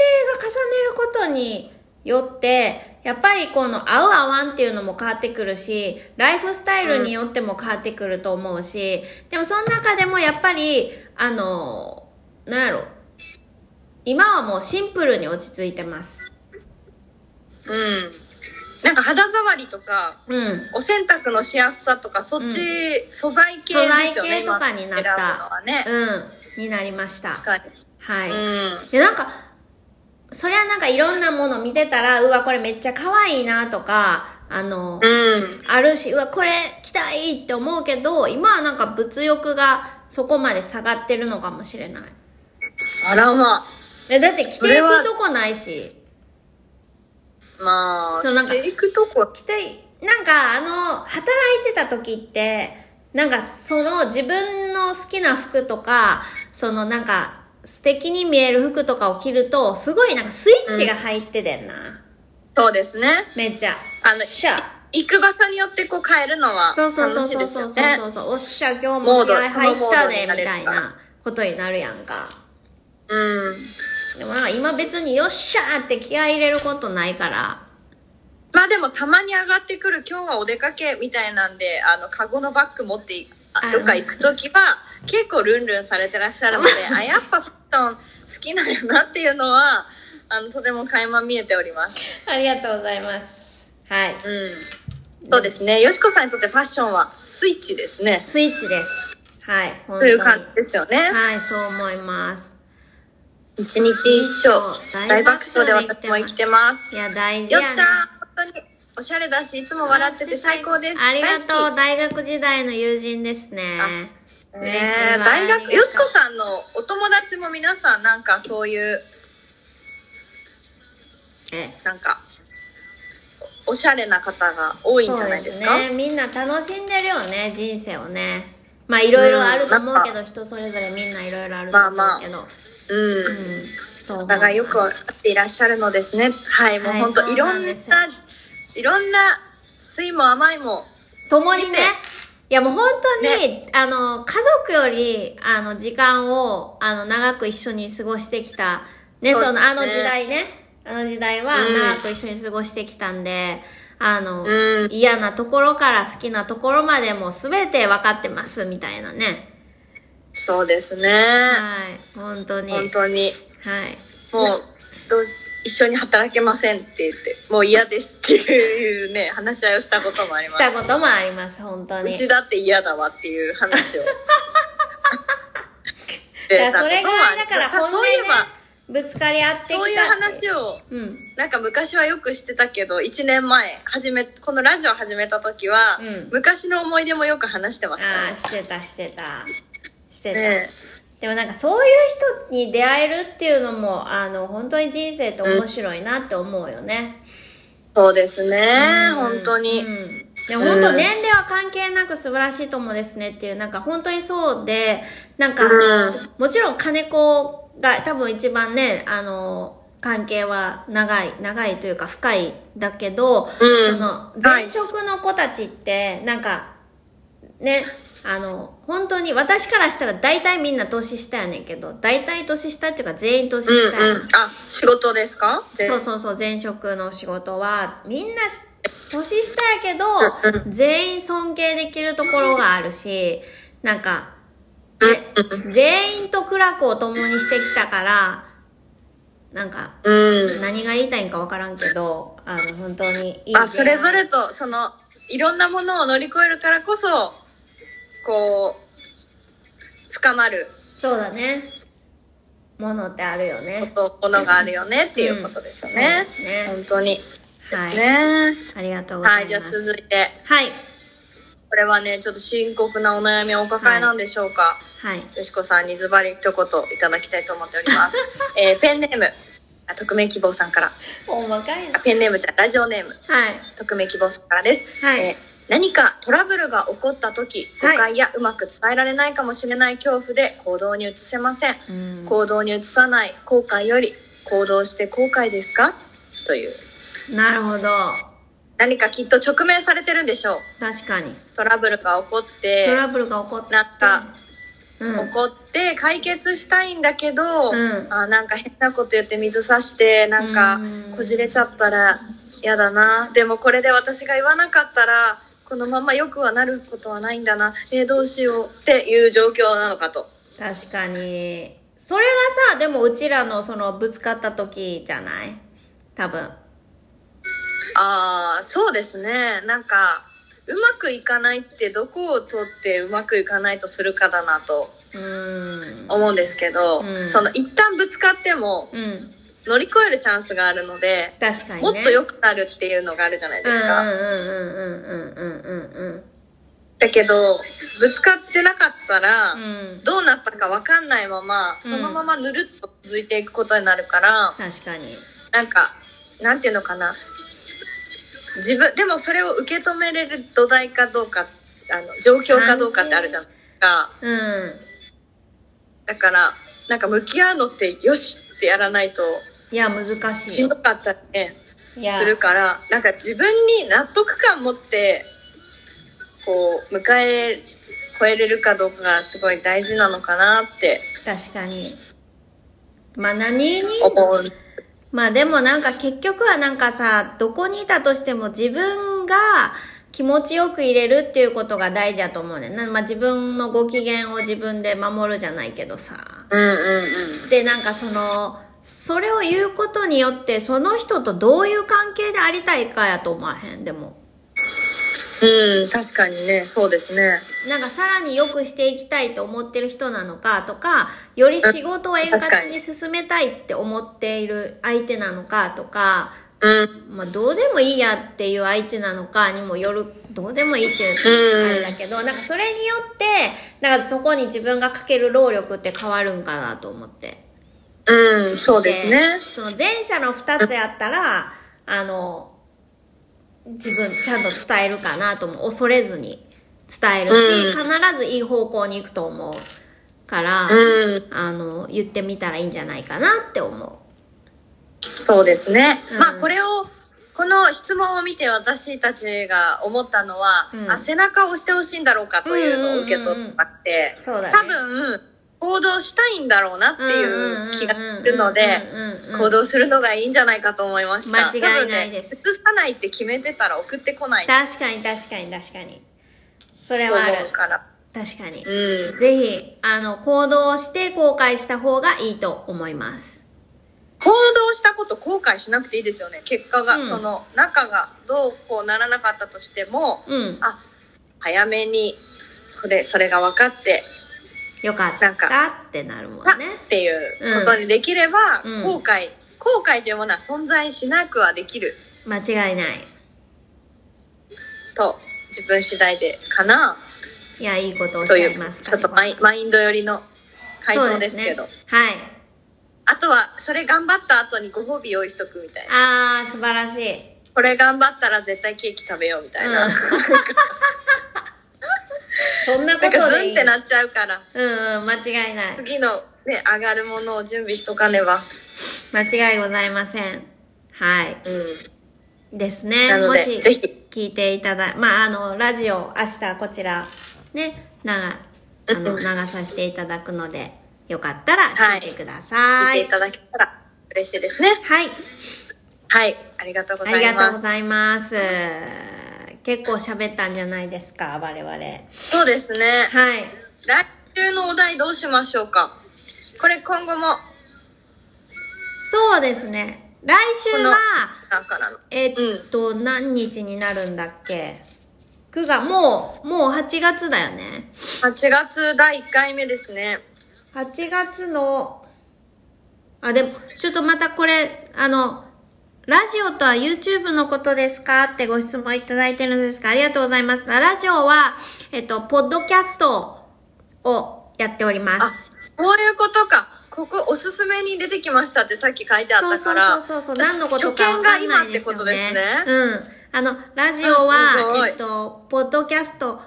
S1: ることによって、やっぱりこの合う合わんっていうのも変わってくるし、ライフスタイルによっても変わってくると思うし、でもその中でもやっぱり、あの、なんやろ。今はもうシンプルに落ち着いてます。
S2: うん。なんか肌触りとか、
S1: うん。
S2: お洗濯のしやすさとか、そっち、素材系ですよね、
S1: 素材系とかになった
S2: 今選ぶのはね。
S1: うん。になりました。
S2: 確かに。
S1: はい。
S2: うん。
S1: でなんかそりゃなんかいろんなもの見てたらうわこれめっちゃ可愛いなとかあの、
S2: うん。
S1: あるしうわこれ着たいって思うけど今はなんか物欲がそこまで下がってるのかもしれない
S2: あらま
S1: えだって着
S2: そ
S1: てい
S2: れは
S1: くとこないし
S2: あ。まあ、
S1: そうなん
S2: 着
S1: か
S2: ていくとこ。
S1: 着てなんかあの働いてた時ってなんかその自分の好きな服とかそのなんか素敵に見える服とかを着ると、すごいなんかスイッチが入っててんな。
S2: そうですね。
S1: めっちゃ。
S2: あの
S1: おっしゃ。
S2: 行く場所によってこう変えるのは
S1: そう
S2: 楽
S1: そうそう
S2: しい
S1: そう
S2: です
S1: そう
S2: よ
S1: そう
S2: ね
S1: そ。うそう。おっしゃ、今日
S2: モ
S1: も
S2: ード
S1: 気合入
S2: その
S1: っ
S2: モー
S1: た
S2: ド
S1: で、
S2: に
S1: み
S2: なれるか
S1: たいなことになるやんか。
S2: うん。
S1: でもなんか今別によっしゃーって気合い入れることないから。
S2: まあでもたまに上がってくる今日はお出かけみたいなんで、あの、カゴのバッグ持ってい
S1: あ
S2: あどっか行くときは結構ルンルンされてらっし ゃるので、あ、やっぱファッション好きなんやなっていうのは、あの、とても垣間見えております。
S1: ありがとうございます。はい。
S2: うん。そうですね。よしこさんにとってファッションはスイッチですね。
S1: スイッチです。はい。本
S2: と
S1: 当に
S2: いう感じですよね。
S1: はい、そう思います。
S2: 一日一
S1: そう
S2: 章
S1: 大
S2: 大
S1: 爆
S2: 爆
S1: 笑
S2: 笑
S1: で
S2: で
S1: 私も
S2: 私も
S1: 生
S2: 生
S1: き
S2: きてます。
S1: いや、大事
S2: よ
S1: や
S2: っちゃん、本当におしゃれだし、いつも笑ってて最高です。
S1: ありが
S2: 大
S1: とう。
S2: 好
S1: 大学時代の友人ですね。
S2: き。
S1: う
S2: ね
S1: 嬉しい
S2: え、
S1: わ
S2: 大学、よしこさんのお友達も皆さんなんかそういう、
S1: え
S2: なんか、おしゃれな方が多いんじゃないですか
S1: そうね。みんな楽しんでるよね、人生をね。まあ、いろいろあると思うけど、人それぞれみんないろいろあると思うけど。
S2: う。
S1: うんん。そう思います。
S2: お互いよく分かっていらっしゃるのですね。はい、もう
S1: はい
S2: 本当、
S1: そう
S2: いろ
S1: なん
S2: んな、
S1: で
S2: い
S1: すよ
S2: ろんな、酸いも甘いも、
S1: 共にね
S2: 見て。
S1: いやもう本当に、あの、家族より、あの、時間を、あの、長く一緒に過ごしてきた。ね、
S2: そう
S1: その、あの
S2: ね
S1: 時代ね。あの時代は、
S2: うん
S1: 長く一緒に過ごしてきたんで、あの、
S2: うん
S1: 嫌なところから好きなところまでも全て分かってます、みたいなね。
S2: そうですね。
S1: はい。本当に。はい
S2: 本。当に。もう
S1: ね
S2: どうし一緒に働けませんって言ってもう嫌ですっていうね話し合いをしたこともありま
S1: し
S2: す
S1: たこともあります、本当
S2: う
S1: に。
S2: ちだって嫌だわっていう話を
S1: いやそれぐらいだから
S2: た
S1: 本音
S2: そういえ
S1: で
S2: ば
S1: ぶつかり合ってきた。
S2: そういう話を
S1: うん。うん。
S2: なんか昔はよくしてたけど1年前始めこのラジオ始めた時は、
S1: うん
S2: 昔の思い出もよく話してました
S1: ああ、
S2: ね
S1: してた、してた。してた。
S2: ね
S1: でもなんかそういう人に出会えるっていうのもあの本当に人生って面白いなって思うよね。
S2: そうですね、
S1: うん
S2: 本当に、
S1: うんでも本当
S2: うん
S1: 年齢は関係なく素晴らしい友ですねっていうなんか本当にそうでなんか、
S2: うん
S1: もちろん金子が多分一番ねあの関係は長い長いというか深いだけど、
S2: うん
S1: その
S2: は
S1: 前
S2: い
S1: 職の子たちってなんかねあの本当に私からしたら大体みんな年下やねんけど大体年下っていうか全員年
S2: うんうん
S1: 下やね、
S2: あ仕事ですかで
S1: そうそうそう前職の仕事はみんなし年下やけど
S2: う
S1: 全員尊敬できるところがあるしなんか
S2: うん
S1: ね全員と苦楽を共にしてきたからなんか
S2: うん
S1: 何が言いたいんか分からんけどあの本当にいい
S2: あそれぞ
S1: 出
S2: れ
S1: 会い
S2: とそのいろんなものを乗り越えるからこそこう深まる
S1: そうだねものってあるよ
S2: こ
S1: ね
S2: とものがあるよねっていうことですよね、
S1: そうですね
S2: 本当に
S1: はい、
S2: ね
S1: ありがとうござ
S2: はいい
S1: ます
S2: じゃあ続いて
S1: はい
S2: これはねちょっと深刻なお悩みをお抱えなんでしょうか、
S1: はい
S2: よしこさんにズバリ一言いただきたいと思ってお ります、えーペンネームあ匿名希望さんから
S1: お若い
S2: あペンネームじゃラジオネーム
S1: はい
S2: 匿名希望さんからです、
S1: はい
S2: えー何かトラブルが起こった時誤
S1: はい
S2: 解やうまく伝えられないかもしれない恐怖で行動に移せません、
S1: うん
S2: 行動に移さない後悔より行動して後悔ですかという
S1: なるほど
S2: 何かきっと直面されてるんでしょう
S1: 確かに
S2: トラブルが起こって
S1: トラブルが起こって
S2: なんか、
S1: うん、
S2: 起こって解決したいんだけど、
S1: ん
S2: あなんか変なこと言って水さしてなんか
S1: うん
S2: こじれちゃったら嫌だなでもこれで私が言わなかったらこのまま良くはなることはないんだなえーどうしようっていう状況なのかと
S1: 確かにそれがさでもうちらのそのぶつかった時じゃない多分
S2: ああそうですねなんかうまくいかないってどこを取ってうまくいかないとするかだなと
S1: うーん
S2: 思うんですけど、
S1: うん
S2: その一旦ぶつかっても
S1: うん
S2: 乗り越えるチャンスがあるので、
S1: 確かにね
S2: もっと良くなるっていうのがあるじゃないですか、
S1: うんうんうんうんうんうんうん
S2: だけどぶつかってなかったら、
S1: うんうん
S2: どうなったか分かんないままそのままぬるっと続いていくことになるから、
S1: 確かに
S2: なんかなんていうのかな自分でもそれを受け止めれる土台かどうかあの状況かどうかってあるじゃないですか
S1: うん
S2: だからなんか向き合うのってよしってやらないと
S1: いや、難しい
S2: しん
S1: よ
S2: ど。かったりね
S1: いや、
S2: するからなんか自分に納得感持ってこう迎え超えれるかどうかがすごい大事なのかなって
S1: 確かに。まあ、何に
S2: 思う
S1: まあでもなんか結局はなんかさ、どこにいたとしても自分が気持ちよく入れるっていうことが大事だと思うねんな。まあ自分のご機嫌を自分で守るじゃないけどさ。
S2: うんうんうん
S1: で、なんかその、それを言うことによってその人とどういう関係でありたいかやと思わへん、でも。
S2: うん確かにねそうですね
S1: なんかさらに良くしていきたいと思ってる人なのかとか、より仕事を円
S2: 確か
S1: 滑に
S2: に
S1: 進めたいって思っている相手なのかとか、
S2: うん
S1: まあ、どうでもいいやっていう相手なのかにもよるどうでもいいっていう
S2: うん
S1: あれだけど、なんかそれによってなんかそこに自分がかける労力って変わるんかなと思って
S2: うんそうですね
S1: その前者の2つやったらあの自分ちゃんと伝えるかなとも恐れずに伝えるし、
S2: うん
S1: 必ずいい方向に行くと思うから、
S2: うん
S1: あの言ってみたらいいんじゃないかなって思う
S2: そうですね、
S1: うん
S2: まあこれをこの質問を見て私たちが思ったのは、
S1: うん
S2: あ背中を押してほしいんだろうかというのを受け取ったって、
S1: そうだね
S2: 多分行動したいんだろうなっていう気がするので
S1: うんうんうんうんうん
S2: 行動するのがいいんじゃないかと思いました
S1: 間違いないです
S2: 多分ね移さないって決めてたら送ってこないと
S1: 確かに確かに確かにそれ
S2: 思
S1: はある
S2: うから
S1: 確かに
S2: う、ん
S1: ぜひあの行動して後悔した方がいいと思います
S2: 行動したこと後悔しなくていいですよね結果が、
S1: うん
S2: その中がどうこうならなかったとしても
S1: うん
S2: あ早めにこれそれが分かって
S1: よかっ
S2: な
S1: た
S2: んか
S1: ってなるもんね
S2: あっていうことにできれば、
S1: うん
S2: 後悔後悔というものは存在しなくはできる
S1: 間違いない
S2: と自分次第でかない
S1: やいいことをおっし
S2: と
S1: ゃ
S2: い
S1: いうます
S2: ちょっとマイマインド寄りの回答ですけど、
S1: そうですねはい
S2: あとはそれ頑張った後にご褒美用意しとくみたいな
S1: あー素晴らしい
S2: これ頑張ったら絶対ケーキ食べようみたい な、
S1: うんそんなこ
S2: な
S1: と
S2: んかズ
S1: でい
S2: ンっ
S1: い
S2: てなっちゃうから
S1: うんうん間違いない
S2: 次の、ね、上がるものを準備しとかねば、
S1: 間違いございませんはい
S2: うん、
S1: ですね
S2: なの
S1: も
S2: で
S1: し
S2: ぜひ
S1: 聞いていただまああのラジオ明日こちらね長あ
S2: うん
S1: の流させていただくのでよかったら
S2: はい
S1: 聞いてくだ
S2: 見
S1: さ
S2: て
S1: い
S2: いただけたら嬉しいですね
S1: はい、
S2: はいありがとうござ
S1: あり
S2: い
S1: がとう
S2: ま
S1: ご
S2: す
S1: ざいます結構喋ったんじゃないですか我々はい
S2: そうですね来週のお題どうしましょうかこれ今後も
S1: そうですね来週
S2: この
S1: は
S2: だからの
S1: えっと、何日になるんだっけ9がもうもう8月だよね
S2: 8月第1回目ですね
S1: 8月のあでもちょっとまたこれあのラジオとは YouTube のことですかってご質問いただいてるんですがありがとうございますラジオはえっとポッドキャストをやっておりま
S2: あ
S1: す
S2: そういうことかここおすすめに出てきましたってさっき書いてあ
S1: そう
S2: った
S1: そ
S2: か
S1: うそう
S2: ら
S1: そうそう何のことかわかんないですよね
S2: 初見が今ってことですね
S1: うんあのラジオ
S2: あすご
S1: はいえっとポッドキャスト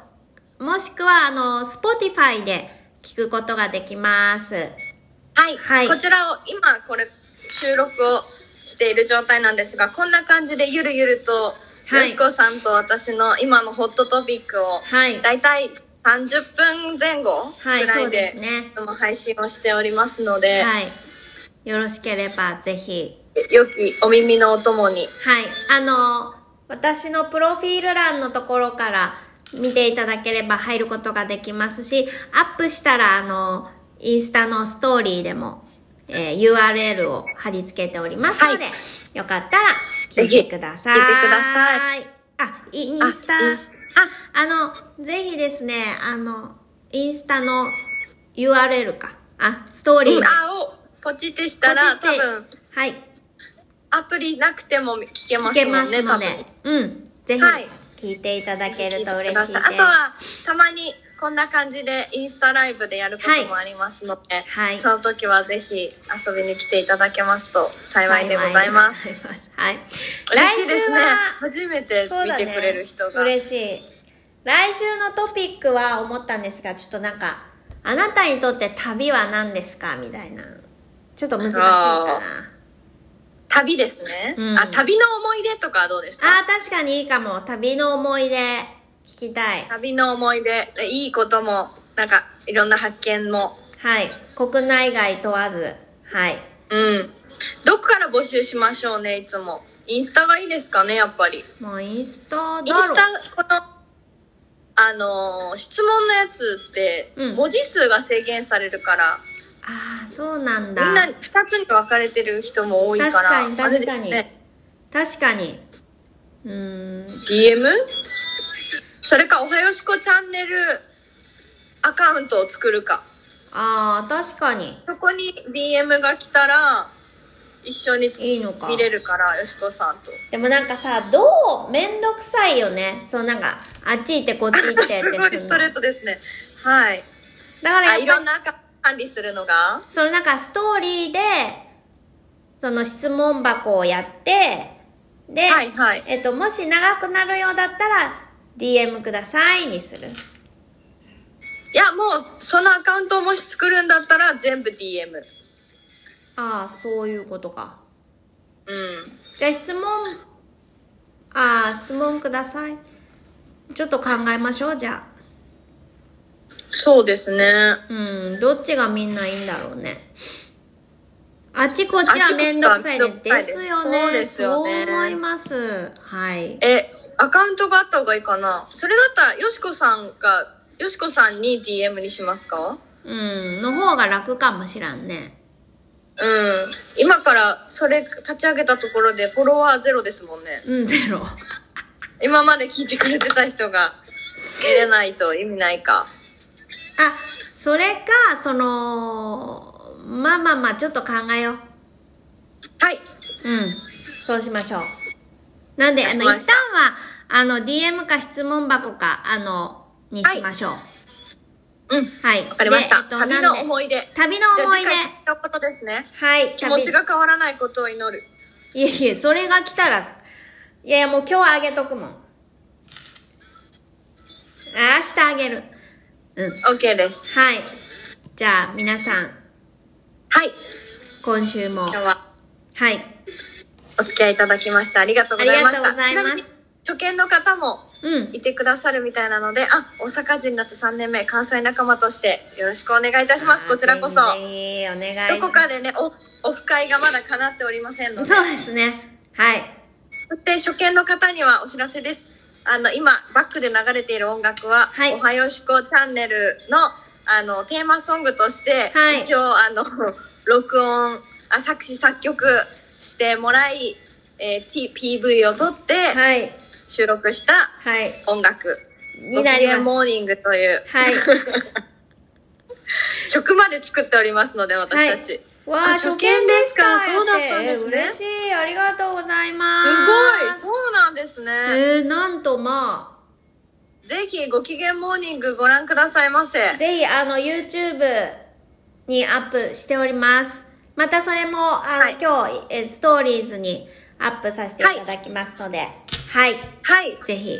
S1: もしくはあの Spotify で聞くことができます
S2: はい、
S1: はい
S2: こちらを今これ収録をしている状態なんですがこんな感じでゆるゆると、
S1: はい
S2: よしこさんと私の今のホットトピックを
S1: はい
S2: だいたい30分前後
S1: はい
S2: ぐら
S1: そ
S2: いう
S1: で
S2: です
S1: ね
S2: いつも配信をしておりますので、
S1: はい。よろしければぜひ。
S2: 良きお耳のお供に
S1: はい。あの、私のプロフィール欄のところから見ていただければ入ることができますし、アップしたら、あの、インスタのストーリーでも、えー URL を貼り付けておりますので、
S2: は
S1: よかったら聞いてください。
S2: ぜひ聞いてくださ
S1: い。あ、インスタ、
S2: あ
S1: あ
S2: インス、
S1: あの、ぜひですね、あの、インスタの URL か。あ、ストーリー
S2: 「
S1: で
S2: あ」をポチってしたら
S1: ポチ
S2: 多
S1: って
S2: 分
S1: はい。
S2: アプリなくても聞けま
S1: 聞
S2: す
S1: け
S2: も
S1: ま
S2: んね
S1: すの
S2: 多分
S1: で、うん。ぜ
S2: はい
S1: ひ、聞いていただけると嬉しい
S2: あ
S1: で
S2: と
S1: す。
S2: はたまにこんな感じでインスタライブでやることもありますので、
S1: はい
S2: その時はぜひ遊びに来ていただけますと幸いでございます。
S1: 幸いでございますはい。
S2: 嬉しいですね
S1: 来週は。
S2: 初めて
S1: そう
S2: 見
S1: だね
S2: てくれる人が。
S1: 嬉しい。来週のトピックは思ったんですが、ちょっとなんか、あなたにとって旅は何ですかみたいな。ちょっと難しいかな。
S2: 旅ですね、
S1: うん
S2: あ、旅の思い出とかはどうですか
S1: ああ、確かにいいかも。旅の思い出、聞きたい。
S2: 旅の思い出、えいいことも、なんか、いろんな発見も。
S1: はい。国内外問わず。はい。
S2: うん。どこから募集しましょうね、いつも。インスタがいいですかね、やっぱり。イン
S1: もうインスタだろ
S2: スタ、この、あのー質問のやつって
S1: う、ん
S2: 文字数が制限されるから、
S1: ああ、そうなんだ。
S2: みんな2つに分かれてる人も多いから、
S1: 確かに
S2: あれで
S1: 確
S2: す
S1: かに、
S2: ね、
S1: 確かに。うーん。
S2: DM? それか、おはよしこチャンネルアカウントを作るか。
S1: ああ、確かに。
S2: そこに DM が来たら、一緒に
S1: いいのか。
S2: 見れるから、よしこさんと。
S1: でもなんかさ、どうめんどくさいよね。そうなんか、あっち行ってこっち行ってって
S2: すごい
S1: す
S2: ス
S1: ん
S2: ト
S1: の
S2: レートですね。はい。
S1: だから
S2: あ、
S1: や
S2: い
S1: っぱ
S2: ろ
S1: り
S2: ん、な管理するのが
S1: そのなんかストーリーで、その質問箱をやって、で、
S2: はいはい。
S1: えっと、もし長くなるようだったら、DM くださいにする。
S2: いや、もう、そのアカウントをもし作るんだったら、全部 DM。うん。
S1: ああ、そういうことか。じゃあ質問、ああ、質問ください。ちょっと考えましょう、じゃあ。
S2: そうですね。
S1: うん、どっちがみんないいんだろうね。あっちこっちはめんどくさい
S2: あ
S1: ね
S2: っちこっ。ちは
S1: で
S2: めんどく
S1: すよね。
S2: さいねそうですよね
S1: そう思います。はい。
S2: え、アカウントがあった方がいいかなそれだったら、よしこさんが、よしこさんに DM にしますか
S1: うん、の方が楽かもしらんね。
S2: うん。今から、それ、立ち上げたところで、フォロワーゼロですもんね。
S1: うん、ゼロ。
S2: 今まで聞いてくれてた人が、見れないと意味ないか。
S1: あ、それか、その、まあまあまあ、ちょっと考えよう。
S2: はい。
S1: うん、そうしましょう。なんで、あの、一
S2: わかりま
S1: 旦
S2: した
S1: は、あの、DM か質問箱か、あの、にしましょう。
S2: うん。
S1: はい。
S2: わかりました。
S1: でえっと
S2: 旅
S1: なん
S2: の
S1: で
S2: 思い出。
S1: 旅の
S2: じゃあ
S1: 思い
S2: 次
S1: 出。
S2: 回聞いたことですね。
S1: はい。
S2: 気持ち
S1: 旅
S2: が変わらないことを祈る。
S1: いえいえ、それが来たら、いやいや、もう今日はあげとくもん。あ明日あげる。うん。
S2: OK です。
S1: はい。じゃあ、皆さん、
S2: はい。
S1: 今週も
S2: 今、日は
S1: はい。
S2: お付き合いいただきました。ありがとうございまし
S1: あ
S2: た。
S1: りがとうございます
S2: ちなみに、初見の方も
S1: うん。
S2: いてくださるみたいなので、あ、大阪人になって3年目、関西仲間としてよろしくお願いいたします。こちらこそ。
S1: あーぜひお願いします
S2: どこかでね、お、オフ会がまだ叶っておりませんので。
S1: そうですね。はい。
S2: そして初見の方にはお知らせです。あの、今、バックで流れている音楽は、
S1: はい
S2: おはよしこチャンネルの、あの、テーマソングとして、
S1: はい
S2: 一応、あの、 録音、あ作詞作曲してもらい、えー T、PV を撮って
S1: はい。
S2: 収録した
S1: はい。
S2: 音楽、
S1: にな
S2: ご機
S1: り
S2: 嫌
S1: ます。
S2: モーニングという、
S1: はい。
S2: 曲まで作っておりますので、私たち。
S1: わあ、
S2: あ
S1: 初見
S2: 初見
S1: ですか
S2: ですかそうだったんですね
S1: えー嬉しい。ありがとうございます
S2: ごい
S1: す。
S2: そうなんですね。
S1: えー、なんとまあ、
S2: ぜひ、ご機嫌モーニングご覧くださいませ。
S1: ぜひ、あの、YouTube にアップしております。またそれも、あの、
S2: はい
S1: 今日、えストーリーズにアップさせていただきますので、はい、
S2: はい。
S1: ぜひ。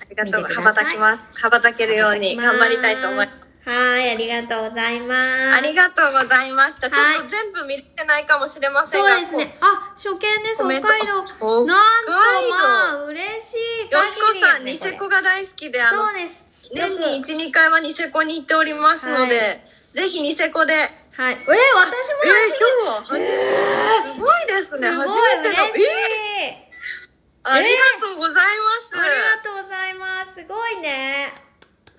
S2: ありがとう。
S1: 見てく
S2: 羽
S1: ださ
S2: ば
S1: い
S2: たきます。羽ばたけるように頑張りたいと思います。。
S1: はい、ありがとうございます。
S2: ありがとうございました。ち
S1: はい
S2: ょっと全部見れてないかもしれませんが、
S1: そうですね。あ、初見です、北
S2: コメ
S1: 海
S2: ント
S1: 道。
S2: お
S1: なんと、ま
S2: 北海
S1: あ、嬉しい限り
S2: よしこさん、
S1: で
S2: ニ
S1: すね
S2: セコが大好きで、あ
S1: そ
S2: の
S1: う、です。
S2: 年
S1: よく
S2: に1、2回はニセコに行っておりますので、
S1: は
S2: ぜひニセコで。え
S1: はい。えー、私も
S2: 今日は初めて、すごいですね。
S1: すごい
S2: 初めての。
S1: 嬉し
S2: え
S1: い
S2: ありがとうございま
S1: あ
S2: す。
S1: りがとうございます。すごいね。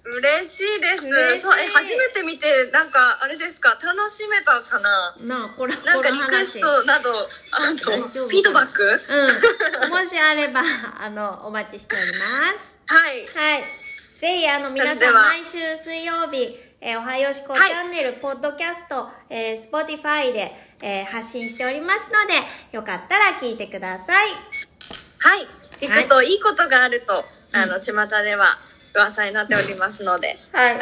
S2: 嬉しいです
S1: 嬉しい
S2: そう。え、初めて見て、なんか、あれですか、楽しめたかな
S1: なあ、これ、こ
S2: なんかリ
S1: の
S2: クエス
S1: 話。
S2: トなど、あの、
S1: 大丈夫
S2: フィードバックは
S1: うん。もしあれば、あの、お待ちしておりま
S2: い。
S1: す。はい。ぜひ、あの、皆さん、
S2: それでは
S1: 毎週水曜日、えーおはよしこチ
S2: はい
S1: ャンネル、ポッドキャスト、えー、Spotify で、えー発信しておりますので、よかったら聞いてください。
S2: はい。聞くと、い、いことがあると、あの、巷では 噂になっておりますので。
S1: はい。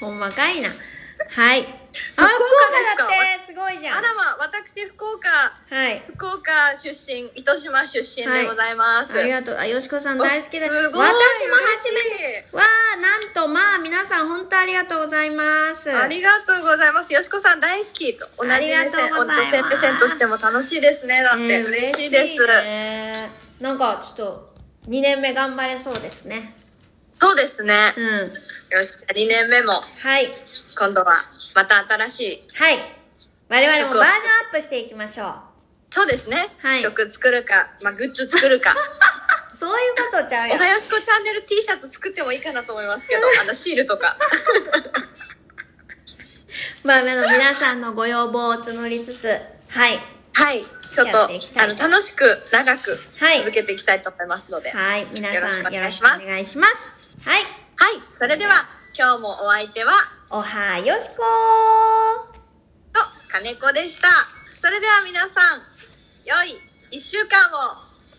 S1: ほんまかいな。はい。あ、福岡
S2: ですか
S1: だって、すごいじゃん。
S2: あらま、私、福岡、
S1: はい。
S2: 福岡出身、糸島出身でございます。
S1: ありがとう。あ、よしこさん大好きです。
S2: すごい
S1: 私も初めて。
S2: めて。
S1: わあ、なんと、まあ、皆さん本当ありがとうございます。
S2: ありがとうございます。よしこさん大好きと同じ目
S1: あり
S2: 線、
S1: がとうござい
S2: 女
S1: ます
S2: 性目線としても楽しいですね。だっ
S1: ね
S2: て嬉しいです。
S1: ねなんか、ちょっと、2年目頑張れそうですね。
S2: そうですね。
S1: うん。
S2: よし、2年目も
S1: はい。
S2: 今度はまた新しい。
S1: はい。我々もバージョンアップしていきましょう。
S2: そうですね。
S1: はい
S2: 曲作るか、まあグッズ 作るか。
S1: そういうことちゃう
S2: お
S1: よ。
S2: はよしこチャンネル T シャツ作ってもいいかなと思いますけど、あのシール とか。
S1: まあ、あの皆さんのご要望を募りつつ、はい。
S2: はい、ちょっと
S1: やっていきた
S2: あ
S1: い
S2: の楽しく長く
S1: はい
S2: 続けていきたいと思いますので。はい、
S1: はい。皆
S2: よろし
S1: さ
S2: く
S1: ん、
S2: お
S1: よ
S2: 願
S1: ろ
S2: い
S1: し
S2: し
S1: く
S2: ます
S1: お願いします。はい。
S2: それでは今日もお相手は
S1: おはよしこ
S2: と金子でした。それでは皆さん、良い一週間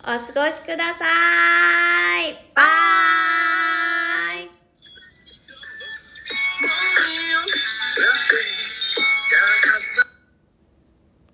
S2: を。
S1: ーお過ごしください。バイ